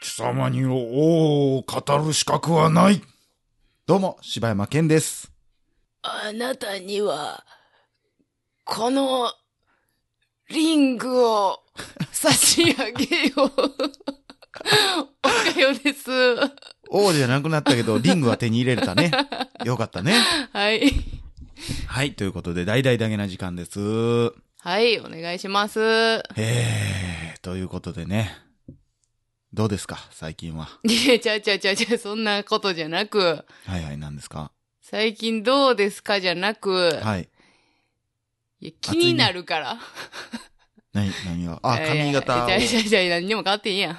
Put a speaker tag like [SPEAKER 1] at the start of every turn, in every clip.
[SPEAKER 1] 貴様に王を語る資格はない。
[SPEAKER 2] どうも、柴山健です。
[SPEAKER 3] あなたには、この、リングを差し上げよう。おかよです。
[SPEAKER 2] 王じゃなくなったけど、リングは手に入れれたね。よかったね。
[SPEAKER 3] はい。
[SPEAKER 2] はい、ということで、大々だけな時間です。
[SPEAKER 3] はい、お願いします。
[SPEAKER 2] えー、ということでね。どうですか最近は。
[SPEAKER 3] いや、ちゃうちゃうちゃうちゃう、そんなことじゃなく、
[SPEAKER 2] はいはい、何ですか
[SPEAKER 3] 最近どうですかじゃなく、
[SPEAKER 2] はい。
[SPEAKER 3] いや気になるから。
[SPEAKER 2] 何、何があ、
[SPEAKER 3] いやいや
[SPEAKER 2] 髪型を
[SPEAKER 3] ちゃうちゃうちゃう、何にも変わってん やん。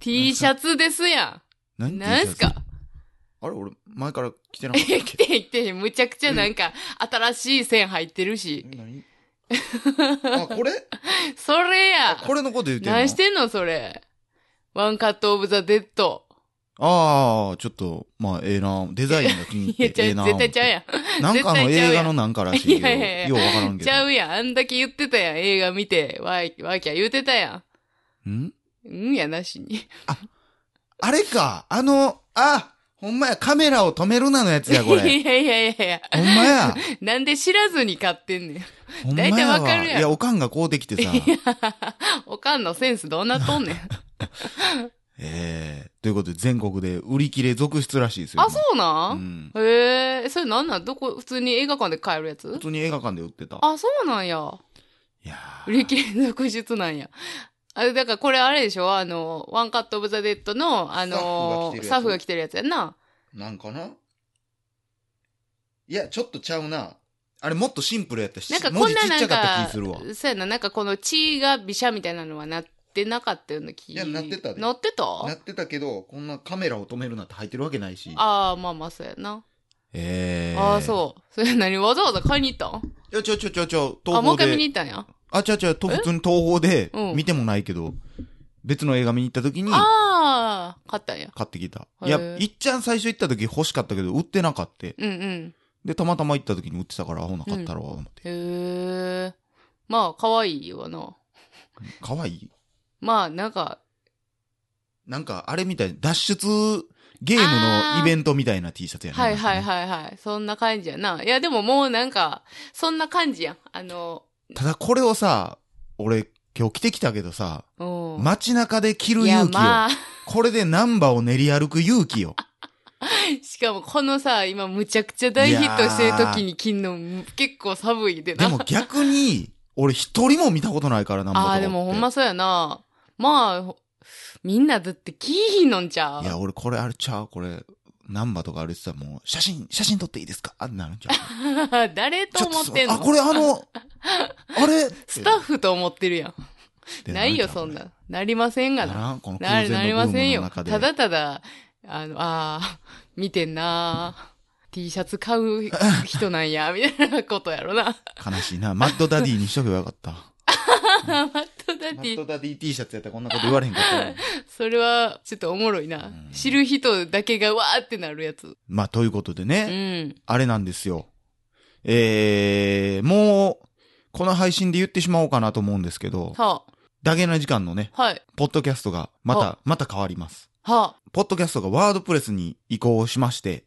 [SPEAKER 3] T シャツですやん。
[SPEAKER 2] 何
[SPEAKER 3] なんすか
[SPEAKER 2] あれ俺、前から着てなかったっ
[SPEAKER 3] え、来
[SPEAKER 2] け
[SPEAKER 3] てん来てん。むちゃくちゃなんか、新しい線入ってるし。
[SPEAKER 2] 何あ、これ
[SPEAKER 3] それや
[SPEAKER 2] あこれのこと言ってんの
[SPEAKER 3] 何してんのそれ。ワンカットオブザ・デッド。
[SPEAKER 2] ああ、ちょっと、まあ、ええな。デザインが気に
[SPEAKER 3] い
[SPEAKER 2] 入
[SPEAKER 3] や、
[SPEAKER 2] っ
[SPEAKER 3] ち
[SPEAKER 2] て、
[SPEAKER 3] ゃ
[SPEAKER 2] ええ
[SPEAKER 3] う、
[SPEAKER 2] な。
[SPEAKER 3] 絶対ちゃう
[SPEAKER 2] な
[SPEAKER 3] や
[SPEAKER 2] んかの
[SPEAKER 3] 絶対ちゃう
[SPEAKER 2] 映
[SPEAKER 3] や
[SPEAKER 2] 画
[SPEAKER 3] ん
[SPEAKER 2] のなんからしいけど、
[SPEAKER 3] いやいやいや
[SPEAKER 2] ようわからん
[SPEAKER 3] ん。
[SPEAKER 2] け
[SPEAKER 3] ち
[SPEAKER 2] ど。
[SPEAKER 3] ゃうやん。あんだけ言ってたやん。映画見て、わーい、わーきゃ言ってたや
[SPEAKER 2] ん
[SPEAKER 3] ん。うんやなしに。
[SPEAKER 2] あれか、あの、あ、ほんまや、カメラを止めるなのやつ
[SPEAKER 3] いや
[SPEAKER 2] や、
[SPEAKER 3] い
[SPEAKER 2] これ。
[SPEAKER 3] やいやいやい
[SPEAKER 2] ほんまや。
[SPEAKER 3] や。なんで知らずに買ってんねん。
[SPEAKER 2] ほんまや
[SPEAKER 3] 大体
[SPEAKER 2] わ
[SPEAKER 3] わかるやん
[SPEAKER 2] いや、おかんがこうできてさ。
[SPEAKER 3] おかんのセンスどうなっとんねん。
[SPEAKER 2] ええということで、全国で売り切れ続出らしいですよ。
[SPEAKER 3] あ、そうな
[SPEAKER 2] うんん。
[SPEAKER 3] へえ、それなんなんどこ、普通に映画館で買えるやつ
[SPEAKER 2] 普通に映画館で売ってた。
[SPEAKER 3] あ、そうなんや。
[SPEAKER 2] いやー
[SPEAKER 3] 売り切れ続出なんや。あれ、だからこれあれでしょあの、ワンカットオブザ・デッドの、あの、
[SPEAKER 2] ス
[SPEAKER 3] ス
[SPEAKER 2] タ
[SPEAKER 3] タ
[SPEAKER 2] ッ
[SPEAKER 3] ッ
[SPEAKER 2] フ
[SPEAKER 3] フ
[SPEAKER 2] が
[SPEAKER 3] が来てるやつやんな。
[SPEAKER 2] なんかないや、ちょっとちゃうな。あれ、もっとシンプルやったし、
[SPEAKER 3] なんかこ
[SPEAKER 2] 文字
[SPEAKER 3] んな
[SPEAKER 2] ちっ
[SPEAKER 3] な
[SPEAKER 2] ちゃ
[SPEAKER 3] ん
[SPEAKER 2] かった
[SPEAKER 3] か
[SPEAKER 2] 気するわ。、
[SPEAKER 3] そうやな、なんかこの血がびしゃみたいなのはなってなかったような気。
[SPEAKER 2] いやなってたで
[SPEAKER 3] なってた
[SPEAKER 2] なってたけど、こんなカメラを止めるなって入ってるわけないし。
[SPEAKER 3] ああ、まあまあ、そうやな。
[SPEAKER 2] ええ
[SPEAKER 3] ああ、そう。それ何わざわざ買いに行ったん
[SPEAKER 2] う。いや、ちょちょちょちょ、東
[SPEAKER 3] あ、もう
[SPEAKER 2] 宝
[SPEAKER 3] 一回見に
[SPEAKER 2] で。
[SPEAKER 3] 行ったんや。
[SPEAKER 2] あ、ちょちょ、と普通に東宝で
[SPEAKER 3] う、ん
[SPEAKER 2] 見てもないけど、別の映画見に行った時に、
[SPEAKER 3] ああ、買ったんや。
[SPEAKER 2] 買ってきた。い
[SPEAKER 3] へえ
[SPEAKER 2] や、いっちゃん最初行った時欲しかったけど、売ってなかった。
[SPEAKER 3] うんうん。
[SPEAKER 2] で、たまたま行った時に売ってたから、アホなかったろう、思って。
[SPEAKER 3] へえ。まあ、可愛いわな。
[SPEAKER 2] かわいい
[SPEAKER 3] まあ、なんか、
[SPEAKER 2] なんか、あれみたい、脱出ゲームのイベントみたいな T シャツやね。
[SPEAKER 3] はいはい
[SPEAKER 2] い。
[SPEAKER 3] はいはい。そんな感じやな。いや、でももうなんか、そんな感じやん。あの、
[SPEAKER 2] ただこれをさ、俺、今日着てきたけどさ、
[SPEAKER 3] うん。
[SPEAKER 2] 街中で着る
[SPEAKER 3] いや、
[SPEAKER 2] 勇気よ。
[SPEAKER 3] まあ、
[SPEAKER 2] これでナンバーを練り歩く勇気よ。
[SPEAKER 3] しかもこのさ、今むちゃくちゃ大ヒットしてる時に着んの結構寒いでな。
[SPEAKER 2] でも逆に、俺一人も見たことないから、ナンバーと
[SPEAKER 3] あ
[SPEAKER 2] かっ
[SPEAKER 3] あ、
[SPEAKER 2] て。
[SPEAKER 3] でもほんまそうやな。まあ、ほみんなだって着いひんのんちゃう
[SPEAKER 2] いや、俺これあれちゃうこれ、ナンバーとかあれさ、もう、写真、写真撮っていいですかあ、なるんちゃう
[SPEAKER 3] 誰と思ってん
[SPEAKER 2] ちょとあ、こ
[SPEAKER 3] の
[SPEAKER 2] れあ の、あれ
[SPEAKER 3] スタッフと思ってるやん。
[SPEAKER 2] フ
[SPEAKER 3] ないよ、そん。な。なりませんが
[SPEAKER 2] な
[SPEAKER 3] な。
[SPEAKER 2] らんこの空
[SPEAKER 3] な
[SPEAKER 2] 前
[SPEAKER 3] る、
[SPEAKER 2] の
[SPEAKER 3] な
[SPEAKER 2] ブ
[SPEAKER 3] りませ
[SPEAKER 2] ー
[SPEAKER 3] ん
[SPEAKER 2] ムの
[SPEAKER 3] よ。
[SPEAKER 2] 中で。
[SPEAKER 3] ただただ、あの、ああ、見てんなあ T シャツ買う人なんや、みたいなことやろな。
[SPEAKER 2] 悲しいな。マッドダディにしとけばよかった。
[SPEAKER 3] マットダデ
[SPEAKER 2] マッ
[SPEAKER 3] ィ
[SPEAKER 2] ド、ダディ T シャツやったらこんなこと言われへんかったのに。
[SPEAKER 3] それは、ちょっとおもろいな。
[SPEAKER 2] うん
[SPEAKER 3] 知る人だけがわーってなるやつ。
[SPEAKER 2] まあ、ということで
[SPEAKER 3] う
[SPEAKER 2] ね、
[SPEAKER 3] ん。
[SPEAKER 2] あれなんですよ。えー、もう、この配信で言ってしまおうかなと思うんですけど、
[SPEAKER 3] は
[SPEAKER 2] ダゲな時間のね、
[SPEAKER 3] あ、はい。
[SPEAKER 2] ポッドキャストが、また、また変わります。
[SPEAKER 3] はあ、
[SPEAKER 2] ポッドキャストがワードプレスに移行しまして、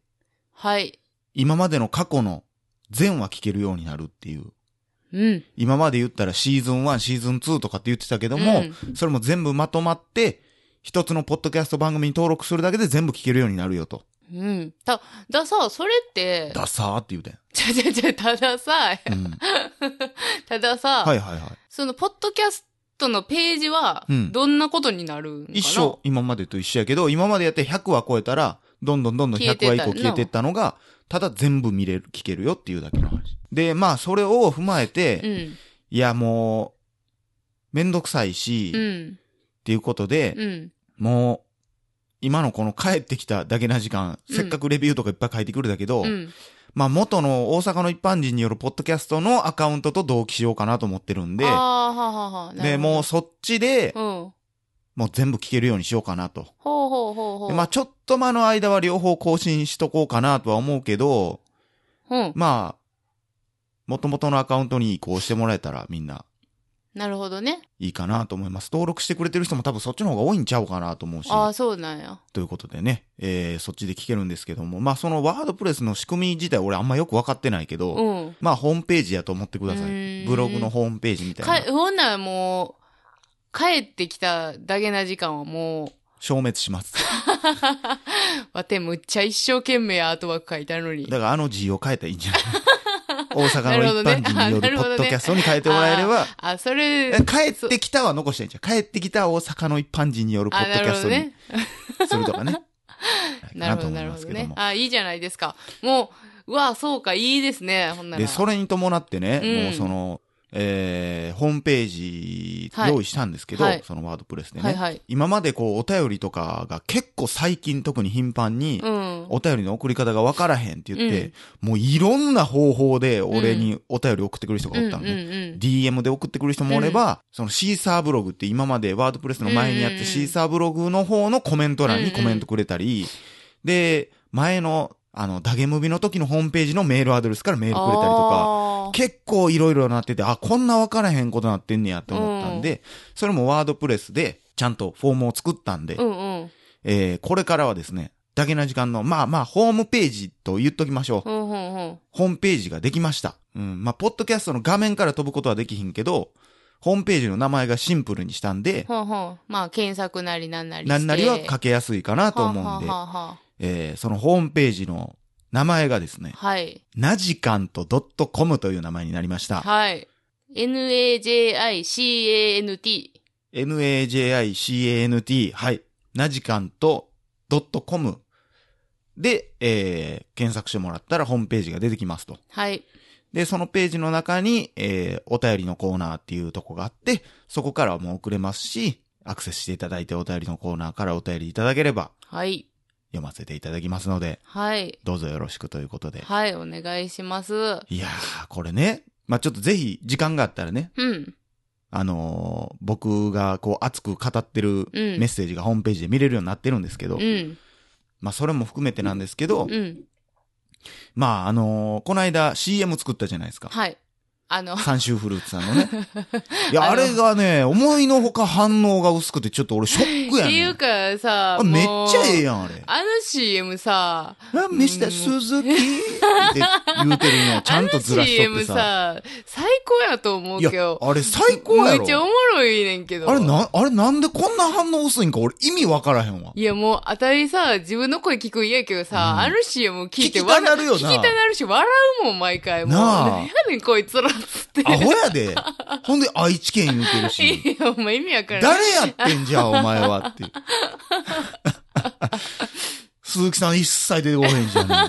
[SPEAKER 3] はい。
[SPEAKER 2] 今までの過去の全話聞けるようになるっていう。
[SPEAKER 3] うん。
[SPEAKER 2] 今まで言ったらシーズン1、シーズン2とかって言ってたけども、
[SPEAKER 3] うん
[SPEAKER 2] それも全部まとまって、一つのポッドキャスト番組に登録するだけで全部聞けるようになるよと。
[SPEAKER 3] うん。た、ださ、それって、
[SPEAKER 2] ダサーって言うてん。
[SPEAKER 3] ちゃちゃちゃ、たださ、
[SPEAKER 2] うん。
[SPEAKER 3] たださ、
[SPEAKER 2] はいはいはい。
[SPEAKER 3] その、ポッドキャストのページは
[SPEAKER 2] う、ん
[SPEAKER 3] どんなことになるんかな、
[SPEAKER 2] 一緒。今までと一緒やけど、今までやって100話超えたら、どんどんどんどん
[SPEAKER 3] 消え
[SPEAKER 2] 100
[SPEAKER 3] てた
[SPEAKER 2] 話以降消えてったのが、ただ全部見れる、聞けるよっていうだけの話。で、まあ、それを踏まえて、
[SPEAKER 3] うん。
[SPEAKER 2] いや、もう、めんどくさいし、
[SPEAKER 3] う
[SPEAKER 2] っ
[SPEAKER 3] ん。
[SPEAKER 2] ていうことで、
[SPEAKER 3] うん。
[SPEAKER 2] もう、今のこの帰ってきただけな時間、
[SPEAKER 3] うん
[SPEAKER 2] せっかくレビューとかいっぱい書いてくるだけど、
[SPEAKER 3] うん。
[SPEAKER 2] まあ元の大阪の一般人によるポッドキャストのアカウントと同期しようかなと思ってるんで
[SPEAKER 3] あ、あ、はあはあはあ。な
[SPEAKER 2] で、
[SPEAKER 3] るほど
[SPEAKER 2] もうそっちで、
[SPEAKER 3] うん。
[SPEAKER 2] もう全部聞けるようにしようかなと。
[SPEAKER 3] ほうほうほうほう。
[SPEAKER 2] でまあちょっと間の間は両方更新しとこうかなとは思うけど、
[SPEAKER 3] うん。
[SPEAKER 2] まあ、元々のアカウントに移行してもらえたらみんな
[SPEAKER 3] なるほどね。
[SPEAKER 2] いいかなと思います。登録してくれてる人も多分そっちの方が多いんちゃうかなと思うし、
[SPEAKER 3] ああ、そうなんや。
[SPEAKER 2] ということでね、えー、そっちで聞けるんですけども、まあそのワードプレスの仕組み自体俺あんまよくわかってないけど、
[SPEAKER 3] うん。
[SPEAKER 2] まあホームページやと思ってくださ
[SPEAKER 3] う
[SPEAKER 2] い。
[SPEAKER 3] ーん
[SPEAKER 2] ブログのホームページみた
[SPEAKER 3] か
[SPEAKER 2] い、な。
[SPEAKER 3] ほんならもう、帰ってきただけな時間はもう、
[SPEAKER 2] 消滅し ます。
[SPEAKER 3] わて、むっちゃ一生懸命アートワーク書いてあるのに。
[SPEAKER 2] だからあの字を変えたらいいん じゃない大
[SPEAKER 3] な
[SPEAKER 2] 阪
[SPEAKER 3] るほ
[SPEAKER 2] の
[SPEAKER 3] ど
[SPEAKER 2] 一
[SPEAKER 3] ね
[SPEAKER 2] 般人によ
[SPEAKER 3] あな
[SPEAKER 2] る
[SPEAKER 3] る
[SPEAKER 2] ポ
[SPEAKER 3] ほど
[SPEAKER 2] ッ
[SPEAKER 3] ね
[SPEAKER 2] ドキャストに変えてもらえれば、
[SPEAKER 3] あ、それ、
[SPEAKER 2] 帰ってきたは残してんじゃん。帰ってきた大阪の一般人によるポ
[SPEAKER 3] あ、
[SPEAKER 2] ッド
[SPEAKER 3] な
[SPEAKER 2] キ
[SPEAKER 3] る
[SPEAKER 2] ャ
[SPEAKER 3] ほ
[SPEAKER 2] ス
[SPEAKER 3] ど
[SPEAKER 2] ト
[SPEAKER 3] ね
[SPEAKER 2] に。すると かね。
[SPEAKER 3] なる
[SPEAKER 2] か
[SPEAKER 3] ほ
[SPEAKER 2] と
[SPEAKER 3] ど、
[SPEAKER 2] 思い
[SPEAKER 3] なる
[SPEAKER 2] ま
[SPEAKER 3] ほ
[SPEAKER 2] すけ
[SPEAKER 3] ど
[SPEAKER 2] ど
[SPEAKER 3] ね
[SPEAKER 2] も。。
[SPEAKER 3] あ、いいじゃないですか。もう、うわ、そうか、いいですね。ほんなら。
[SPEAKER 2] で、それに伴ってね、
[SPEAKER 3] うん
[SPEAKER 2] もうその、えー、ホームページ
[SPEAKER 3] はい
[SPEAKER 2] 用意したんですけど、
[SPEAKER 3] はい
[SPEAKER 2] そのワードプレスでね。
[SPEAKER 3] はいはい。
[SPEAKER 2] 今までこう、お便りとかが結構最近特に頻繁に、
[SPEAKER 3] うん。
[SPEAKER 2] お便りの送り方がわからへんって言って、もういろんな方法で俺にお便り送ってくる人がおったのね。
[SPEAKER 3] うんうんうん
[SPEAKER 2] DM で送ってくる人もおれば、そのシーサーブログって今までワードプレスの前にやっ
[SPEAKER 3] うんうん
[SPEAKER 2] て
[SPEAKER 3] うん
[SPEAKER 2] シーサーブログの方のコメント欄にコメントくれたり、で、前のあの、ダゲムビの時のホームページのメールアドレスからメールくれたりとか、
[SPEAKER 3] あー
[SPEAKER 2] 結構いろいろなってて、あ、こんなわからへんことなってんねやって思ったんで、それもワードプレスでちゃんとフォームを作ったんで、
[SPEAKER 3] うんうん。
[SPEAKER 2] えーこれからはですね、だけな時間の、まあまあ、ホームページと言っときましょう。
[SPEAKER 3] うんうんうん。
[SPEAKER 2] ホームページができました。うん。まあ、ポッドキャストの画面から飛ぶことはできひんけど、ホームページの名前がシンプルにしたんで、
[SPEAKER 3] ほんほん。まあ、検索なりなんなりして。
[SPEAKER 2] なんなりは書けやすいかなと思うんで、
[SPEAKER 3] はははは
[SPEAKER 2] えーそのホームページの名前がですね、
[SPEAKER 3] はい。
[SPEAKER 2] なじかんと .com という名前になりました。
[SPEAKER 3] はい。najicant。
[SPEAKER 2] najicant、はい。なじかんと .com で、えー検索してもらったらホームページが出てきますと。
[SPEAKER 3] はい。
[SPEAKER 2] で、そのページの中に、えー、お便りのコーナーっていうとこがあって、そこからはもう送れますし、アクセスしていただいてお便りのコーナーからお便りいただければ
[SPEAKER 3] はい。
[SPEAKER 2] 読ませていただきますので、
[SPEAKER 3] はい。
[SPEAKER 2] どうぞよろしくということで。
[SPEAKER 3] はい。お願いします。
[SPEAKER 2] いやー、これね、まあ、ちょっとぜひ時間があったらね、
[SPEAKER 3] うん。
[SPEAKER 2] あのー僕がこう熱く語ってる
[SPEAKER 3] う
[SPEAKER 2] メ
[SPEAKER 3] ん
[SPEAKER 2] ッセージがホームページで見れるようになってるんですけど、
[SPEAKER 3] うん。
[SPEAKER 2] まあ、それも含めてなんですけど、
[SPEAKER 3] うん。
[SPEAKER 2] まあ、あのーこの間 CM 作ったじゃないですか。
[SPEAKER 3] はい。あの、
[SPEAKER 2] 三州フルーツさんのね。いや、あ
[SPEAKER 3] あの
[SPEAKER 2] れがね、思いのほか反応が薄くて、ちょっと俺ショックや
[SPEAKER 3] ってい
[SPEAKER 2] ね。
[SPEAKER 3] うんかさ、
[SPEAKER 2] あめっちゃええ
[SPEAKER 3] や
[SPEAKER 2] やん、あれ。
[SPEAKER 3] あの CM さ、
[SPEAKER 2] あ、ミスター鈴木って言うてるのをちゃんとずらしとっ
[SPEAKER 3] あの
[SPEAKER 2] て
[SPEAKER 3] CM
[SPEAKER 2] さ。
[SPEAKER 3] さ、最高やと思う
[SPEAKER 2] い
[SPEAKER 3] け
[SPEAKER 2] や
[SPEAKER 3] ど、。
[SPEAKER 2] あれ最高や
[SPEAKER 3] めっちゃお
[SPEAKER 2] ろ。
[SPEAKER 3] もろいねんけど。
[SPEAKER 2] あれな、あれなんでこんな反応薄いんか俺意味わからへんわ。
[SPEAKER 3] いやもう、あたりさ、自分の声聞くん嫌やけどさ、
[SPEAKER 2] うん
[SPEAKER 3] あの CM 聞いて
[SPEAKER 2] 聞きたなるよな
[SPEAKER 3] 聞きたなるし、笑うもん、毎回。もう、
[SPEAKER 2] なあ
[SPEAKER 3] 何やねん、こいつらっつって。
[SPEAKER 2] アホやで。ほんで愛知県言うてるし。
[SPEAKER 3] いや、お前意味わからん。
[SPEAKER 2] 誰やってんじゃん、お前は って。鈴木さん一切出てこへんじゃん。は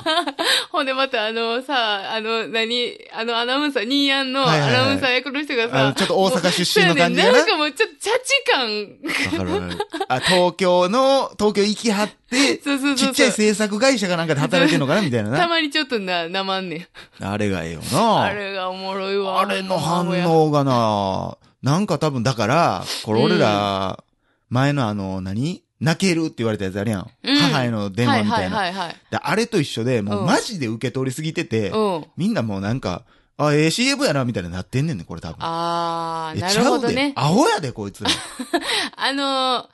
[SPEAKER 3] ほんでまたあのさ、あの、何、あのアナウンサー、ニーヤンの
[SPEAKER 2] は
[SPEAKER 3] ア
[SPEAKER 2] いはいはい
[SPEAKER 3] ナウンサー役の人が
[SPEAKER 2] あの
[SPEAKER 3] さ、
[SPEAKER 2] ちょっと大阪出身の感じ
[SPEAKER 3] そう
[SPEAKER 2] や
[SPEAKER 3] や
[SPEAKER 2] な
[SPEAKER 3] ねんなんかもうちょっと、チャチ感。
[SPEAKER 2] わかるわかる。あ、東京の、東京行きはって、
[SPEAKER 3] そうそうそう
[SPEAKER 2] ち
[SPEAKER 3] そう。
[SPEAKER 2] っちゃい制作会社かなんかで働いてんのかなみたいな
[SPEAKER 3] た
[SPEAKER 2] な。
[SPEAKER 3] まにちょっとな、なまんねん。
[SPEAKER 2] あれがええよな。
[SPEAKER 3] あ
[SPEAKER 2] あれ
[SPEAKER 3] れがおもろいわ。
[SPEAKER 2] の反応がな、なんか多分だから、これ俺ら、前のあの、何泣けるって言われたやつあるやん。
[SPEAKER 3] うん
[SPEAKER 2] 母への電話みたいな。
[SPEAKER 3] は
[SPEAKER 2] で
[SPEAKER 3] いはいはい
[SPEAKER 2] あれと一緒で、もううんマジで受け取りすぎてて、
[SPEAKER 3] はい。うん。
[SPEAKER 2] みんなもうなんか、あ、ええ CM やな、みたいになってんねんね、これ多分。
[SPEAKER 3] あ
[SPEAKER 2] え
[SPEAKER 3] ー、なるほど
[SPEAKER 2] ちゃうで
[SPEAKER 3] ね。
[SPEAKER 2] アホやで、こいつら。
[SPEAKER 3] あのー、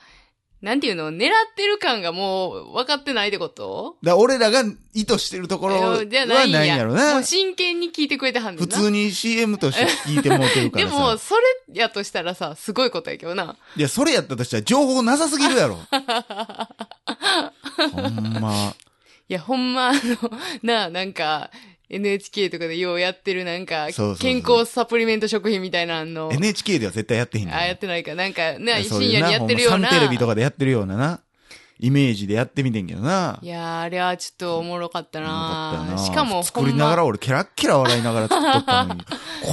[SPEAKER 3] なんていうの狙ってる感がもう分かってないってこと
[SPEAKER 2] だから俺らが意図してるところは
[SPEAKER 3] えーじゃな
[SPEAKER 2] ないい
[SPEAKER 3] ん
[SPEAKER 2] ん
[SPEAKER 3] や。
[SPEAKER 2] やろな。
[SPEAKER 3] もう真剣に聞いてくれてはんね
[SPEAKER 2] 普
[SPEAKER 3] んな。
[SPEAKER 2] 通に CM として聞いてもらってるか
[SPEAKER 3] で
[SPEAKER 2] らさ。
[SPEAKER 3] も、それやとしたらさ、すごいことやけどな。
[SPEAKER 2] いや、それやったとしたら情報なさすぎる やろ。ほんま。
[SPEAKER 3] いや、ほんま、あの、なあ、なんか、NHK とかでようやってるなんか
[SPEAKER 2] そうそうそう、
[SPEAKER 3] 健康サプリメント食品みたいなの、
[SPEAKER 2] NHK では絶対やってへん
[SPEAKER 3] あ、や
[SPEAKER 2] や
[SPEAKER 3] ってないか、なんか、な、
[SPEAKER 2] ん。そう
[SPEAKER 3] 深
[SPEAKER 2] いう
[SPEAKER 3] 夜
[SPEAKER 2] な
[SPEAKER 3] にやってるような。
[SPEAKER 2] ほんまサンテレビとかでやってるようなな。イメージでやってみてんけどな。
[SPEAKER 3] いやー、あれはちょっとおもろかった
[SPEAKER 2] よか
[SPEAKER 3] な
[SPEAKER 2] ったよな
[SPEAKER 3] しかも、
[SPEAKER 2] 作りなが
[SPEAKER 3] ほんま
[SPEAKER 2] ら俺ケラッケラ笑いながら作っとった のに、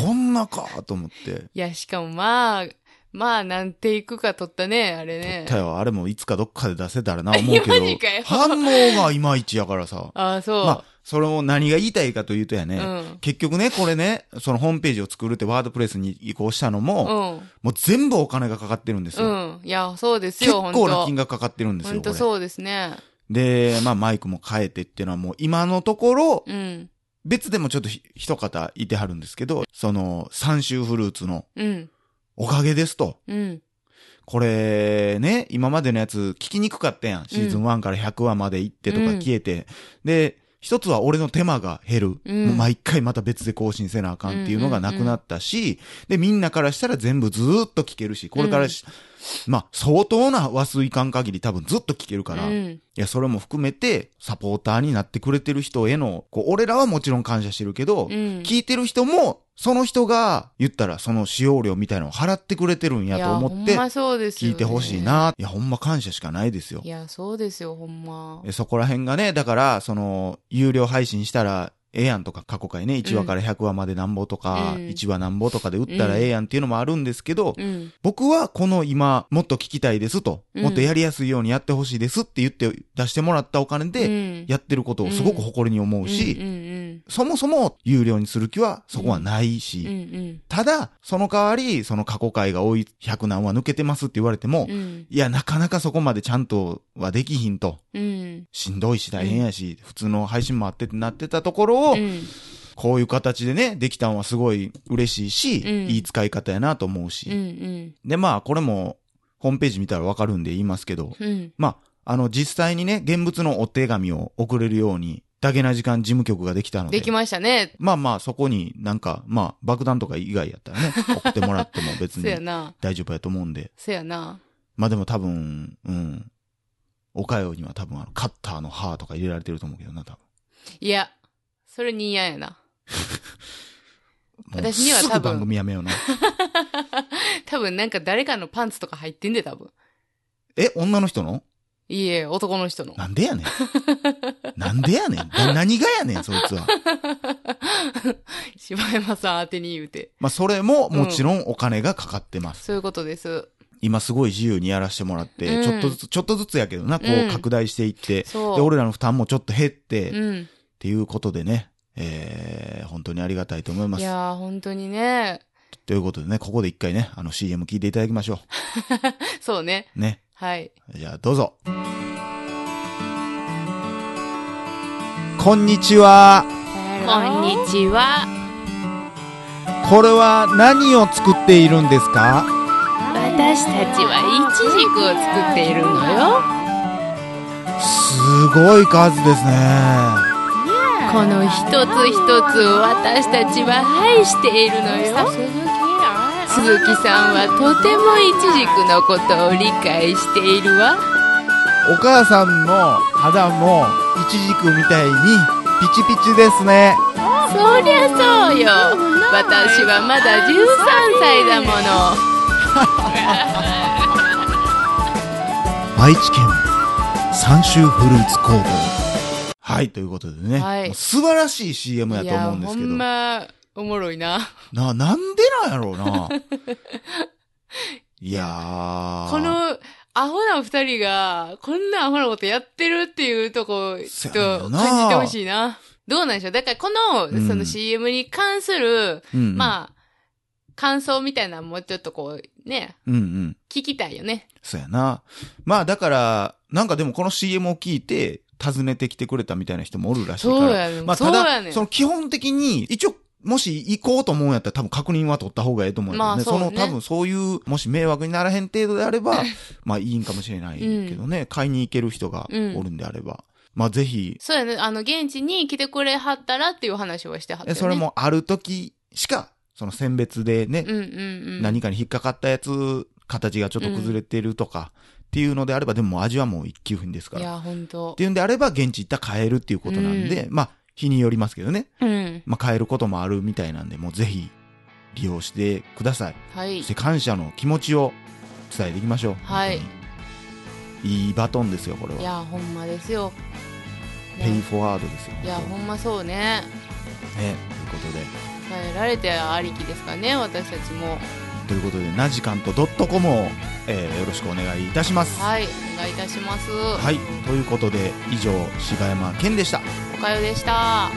[SPEAKER 2] こんなかと思って。
[SPEAKER 3] いや、しかも、まあ、まあ、なんていくか撮ったね、あれね。
[SPEAKER 2] たよ、あれもいつかどっかで出せたらな思うけど
[SPEAKER 3] いやマジかよ、
[SPEAKER 2] 反応がいまいちやからさ。
[SPEAKER 3] ああ、そう。
[SPEAKER 2] まあ、それを何が言いたいかというとやね、
[SPEAKER 3] うん
[SPEAKER 2] 結局ね、これね、そのホームページを作るってワードプレスに移行したのも、
[SPEAKER 3] うん。
[SPEAKER 2] もう全部お金がかかってるんですよ。
[SPEAKER 3] うん。いや、そうです
[SPEAKER 2] 結
[SPEAKER 3] よ、ほんと。
[SPEAKER 2] 構な金額かかってるんです
[SPEAKER 3] ほ
[SPEAKER 2] よ、
[SPEAKER 3] ん
[SPEAKER 2] ことれ。
[SPEAKER 3] そうですね。
[SPEAKER 2] で、まあマイクも変えてっていうのはもう今のところ、
[SPEAKER 3] うん。
[SPEAKER 2] 別でもちょっとひ一方いてはるんですけど、その、三州フルーツの
[SPEAKER 3] うん。
[SPEAKER 2] おかげですと。
[SPEAKER 3] うん。
[SPEAKER 2] これね、今までのやつ聞きにくかったやん。シーズン1から100話まで行ってとか
[SPEAKER 3] うん
[SPEAKER 2] 消えて。で、一つは俺の手間が減る。
[SPEAKER 3] うん
[SPEAKER 2] もう毎回また別で更新せなあかんっていうのがなくなったし、で、みんなからしたら全部ずーっと聞けるし、これからし、まあ、相当な話数いかん限り多分ずっと聞けるから、
[SPEAKER 3] う
[SPEAKER 2] い
[SPEAKER 3] ん。
[SPEAKER 2] や、それも含めてサポーターになってくれてる人への、こう、俺らはもちろん感謝してるけど、
[SPEAKER 3] うん
[SPEAKER 2] 聞いてる人も、その人が言ったらその使用料みたいなのを払ってくれてるんやと思っ
[SPEAKER 3] いやほん
[SPEAKER 2] て、
[SPEAKER 3] まそうです
[SPEAKER 2] 聞
[SPEAKER 3] よ
[SPEAKER 2] いてほしい
[SPEAKER 3] ね。
[SPEAKER 2] な。いや、ほんま感謝しかないですよ
[SPEAKER 3] い。や、そうですよ、ほんま。
[SPEAKER 2] えそこら辺がね、だから、その、有料配信したら、ええやんとか、過去回ね、1話から100話までなんぼとか、
[SPEAKER 3] うん
[SPEAKER 2] 1話なんぼとかで売ったら
[SPEAKER 3] うん
[SPEAKER 2] ええやんっていうのもあるんですけど、
[SPEAKER 3] うん。
[SPEAKER 2] 僕はこの今、もっと聞きたいですと、
[SPEAKER 3] うん
[SPEAKER 2] もっとやりやすいようにやってほしいですって言って出してもらったお金
[SPEAKER 3] う
[SPEAKER 2] で、
[SPEAKER 3] ん、
[SPEAKER 2] やってることをすごく誇りに思う
[SPEAKER 3] う
[SPEAKER 2] し、
[SPEAKER 3] んうん
[SPEAKER 2] そもそも有料にする気はそこはないし、
[SPEAKER 3] うん。うん
[SPEAKER 2] ただ、その代わり、その過去回が多い100何話抜けてますって言われても、
[SPEAKER 3] うん。うん
[SPEAKER 2] いや、なかなかそこまでちゃんとはできひんと。
[SPEAKER 3] うん。
[SPEAKER 2] しんどいし大変やし、普通の配信もあってってなってたところを、
[SPEAKER 3] うん
[SPEAKER 2] こういう形でね、できたんはすごい嬉しいし、
[SPEAKER 3] うん
[SPEAKER 2] いい使い方やなと思う
[SPEAKER 3] うん。う
[SPEAKER 2] し。
[SPEAKER 3] ん
[SPEAKER 2] で、まあ、これも、ホームページ見たらわかるんで言いますけど、
[SPEAKER 3] うん。
[SPEAKER 2] まあ、あの、実際にね、現物のお手紙を送れるように、だけな時間事務局ができたので。
[SPEAKER 3] できましたね。
[SPEAKER 2] まあまあ、そこになんか、まあ、爆弾とか以外やったらね、 送ってもらっても別
[SPEAKER 3] せや
[SPEAKER 2] に
[SPEAKER 3] な。
[SPEAKER 2] 大丈夫やと思うんで。
[SPEAKER 3] せやな。
[SPEAKER 2] まあでも多分、うん。おかよには多分あの、カッターの刃とか入れられてると思うけどな、多分。
[SPEAKER 3] いや、それに嫌やな。
[SPEAKER 2] もう
[SPEAKER 3] 私には多分
[SPEAKER 2] すぐ番組やめような。
[SPEAKER 3] 多分なんか誰かのパンツとか入ってんで、多分。
[SPEAKER 2] え、女の人の
[SPEAKER 3] いいえ、男の人の。
[SPEAKER 2] なんでやねん。なん でやねん。な何がやねん、そいつは。
[SPEAKER 3] 柴山さん宛てに言うて。
[SPEAKER 2] まあそれももちろんお金がかかってます。
[SPEAKER 3] そういうことです。
[SPEAKER 2] 今すごい自由にやらせてもらって、
[SPEAKER 3] うん
[SPEAKER 2] ちょっとずつ、ちょっとずつやけどな、こ
[SPEAKER 3] うん
[SPEAKER 2] う拡大していって、
[SPEAKER 3] そう。
[SPEAKER 2] で、俺らの負担もちょっと減って、っ
[SPEAKER 3] うん。
[SPEAKER 2] ていうことでね、えー、本当にありがたいと思いま
[SPEAKER 3] い
[SPEAKER 2] す。
[SPEAKER 3] やー、本当にね。
[SPEAKER 2] ということでね、ここで一回ね、あの CM 聞いていただきましょ
[SPEAKER 3] そうね。
[SPEAKER 2] う。ね。
[SPEAKER 3] はい。
[SPEAKER 2] じゃあどうぞ。こんにちは。
[SPEAKER 3] こんにちは。
[SPEAKER 2] これは何を作っているんですか
[SPEAKER 3] 私たちはイチジクを作っているのよ。
[SPEAKER 2] すごい数ですね。
[SPEAKER 3] この一つ一つを私たちは愛しているのよ。鈴木さんはとてもイチジクのことを理解しているわ。
[SPEAKER 2] お母さんの肌もイチジクみたいにピチピチですね。
[SPEAKER 3] そりゃそうよ。私はまだ13歳だもの。
[SPEAKER 2] 愛知県三州フルーツ工房。はい、ということでね。
[SPEAKER 3] はい
[SPEAKER 2] もう素晴らしい CM やと思うんですけ
[SPEAKER 3] いやほ
[SPEAKER 2] ど。
[SPEAKER 3] んま、おもろいな。
[SPEAKER 2] な、なんでなんやろう な。いやー。
[SPEAKER 3] この、アホな二人が、こんなアホなことやってるっていうとこ、ちょっ
[SPEAKER 2] せや
[SPEAKER 3] と
[SPEAKER 2] ろな
[SPEAKER 3] 感じてほしいな。どうなんでしょうだからこの、
[SPEAKER 2] うん
[SPEAKER 3] その CM に関する、
[SPEAKER 2] うんうん、
[SPEAKER 3] まあ、感想みたいなのもちょっとこう、ね、
[SPEAKER 2] うんうん。
[SPEAKER 3] 聞きたいよね。
[SPEAKER 2] そうやな。まあだから、なんかでもこの CM を聞いて、訪ねてきてくれたみたいな人もおるらしいから。
[SPEAKER 3] そうやねん
[SPEAKER 2] まあ
[SPEAKER 3] そ
[SPEAKER 2] た
[SPEAKER 3] うや
[SPEAKER 2] だ、
[SPEAKER 3] ね
[SPEAKER 2] そ
[SPEAKER 3] ん
[SPEAKER 2] の基本的に、一応、もし行こうと思うんやったら多分確認は取った方がええと思うんやけどね。
[SPEAKER 3] まあそうね
[SPEAKER 2] の多分そういう、もし迷惑にならへん程度であれば、 まあいいんかもしれないけどね、買いに行ける人がおるんであれば。まあぜひ、
[SPEAKER 3] そうやね。あの、現地に来てくれはったらっていう話はしてはったよ、
[SPEAKER 2] え
[SPEAKER 3] ね。
[SPEAKER 2] それ。もある時しか、その選別でね、
[SPEAKER 3] うんうんうん。
[SPEAKER 2] 何かに引っかかったやつ、形がちょっと崩れてるとか、っていうのであれば、でももう味はもう一級品ですか
[SPEAKER 3] い
[SPEAKER 2] ら。
[SPEAKER 3] や、ほんと
[SPEAKER 2] って。いうんであれば、現地行ったら買えるっていうことなんで、まあ、日によりますけどね。
[SPEAKER 3] うん。
[SPEAKER 2] まあ、買えることもあるみたいなんで、もうぜひ、利用してください。
[SPEAKER 3] はい
[SPEAKER 2] そし。て感謝の気持ちを伝えていきましょう。
[SPEAKER 3] は
[SPEAKER 2] 本
[SPEAKER 3] い
[SPEAKER 2] 当に。いいバトンですよ、これ
[SPEAKER 3] い
[SPEAKER 2] は。
[SPEAKER 3] や、ほんまですよ。
[SPEAKER 2] ペイフォワードですよ。
[SPEAKER 3] いや、
[SPEAKER 2] 本
[SPEAKER 3] ほんまそうね。
[SPEAKER 2] 当にね。ということで、
[SPEAKER 3] 変えられてありきですかね、私たちも。
[SPEAKER 2] ということで、なじかんとドットコムを、えーよろしくお願いいたします。
[SPEAKER 3] はい、お願いいたします。
[SPEAKER 2] はい、ということで以上柴山健でした。
[SPEAKER 3] おかよでした。